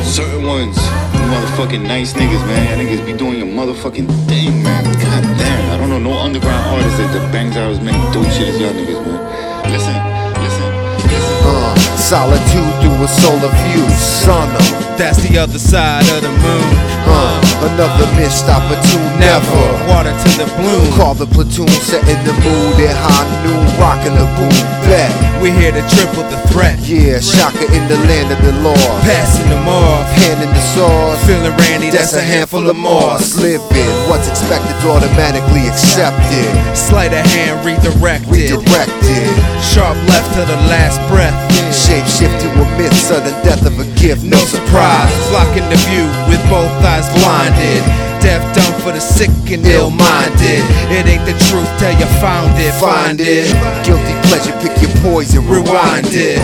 certain ones. You motherfucking nice niggas, man. Y'all niggas be doing your motherfucking thing, man. God damn. I don't know no underground artist that, that bangs out as many dope shit as y'all niggas, man. Listen, listen, listen. Uh, solitude through a solar view, son of. That's the other side of the moon. Uh, another missed opportunity, never. Water to the bloom. Call the platoon, setting the mood at high noon, rocking the boom back. We're here to triple the threat. Yeah, shocker in the land of the law. Passing them off. Hand in the sauce. Feeling randy, that's a handful of moss. Live in what's expected, automatically accepted. Sleight of hand redirected. Redirected. Sharp left to the last breath. Shape shift to a myth, sudden death of a gift, No surprise. Blocking the view with both eyes blinded. Deaf dumb for the sick and ill minded. It ain't the truth till you found it. Find it. Guilty pleasure, pick your poison, Rewind it.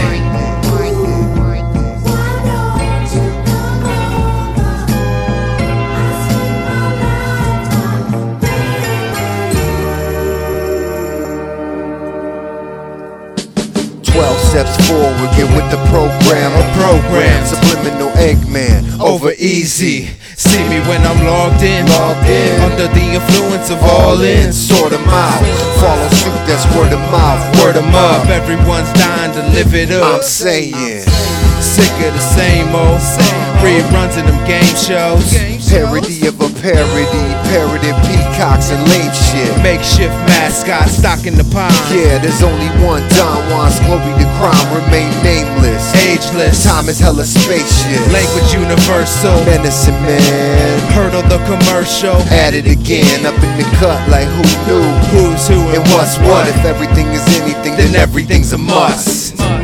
Twelve steps forward, get with the program. A program. subliminal Eggman. Over easy. See me when I'm logged in. Logged in. Under the influence of all in. sort them out. Follow suit, that's word of mouth. Word 'em up. Everyone's dying to live it up. I'm saying, Sick of the same old. Reruns in them game shows. parody of a parody, parody peacocks and lame shit. Makeshift mascot stocking the pond. Yeah, there's only one Don Juan's glory to crime, remain nameless. Ageless. Time is hella spacious. Language universal. Medicine, man. Hurdle the commercial. At it again, up in the cut like who knew? Who's who And what's what? If everything is anything, then everything's a must.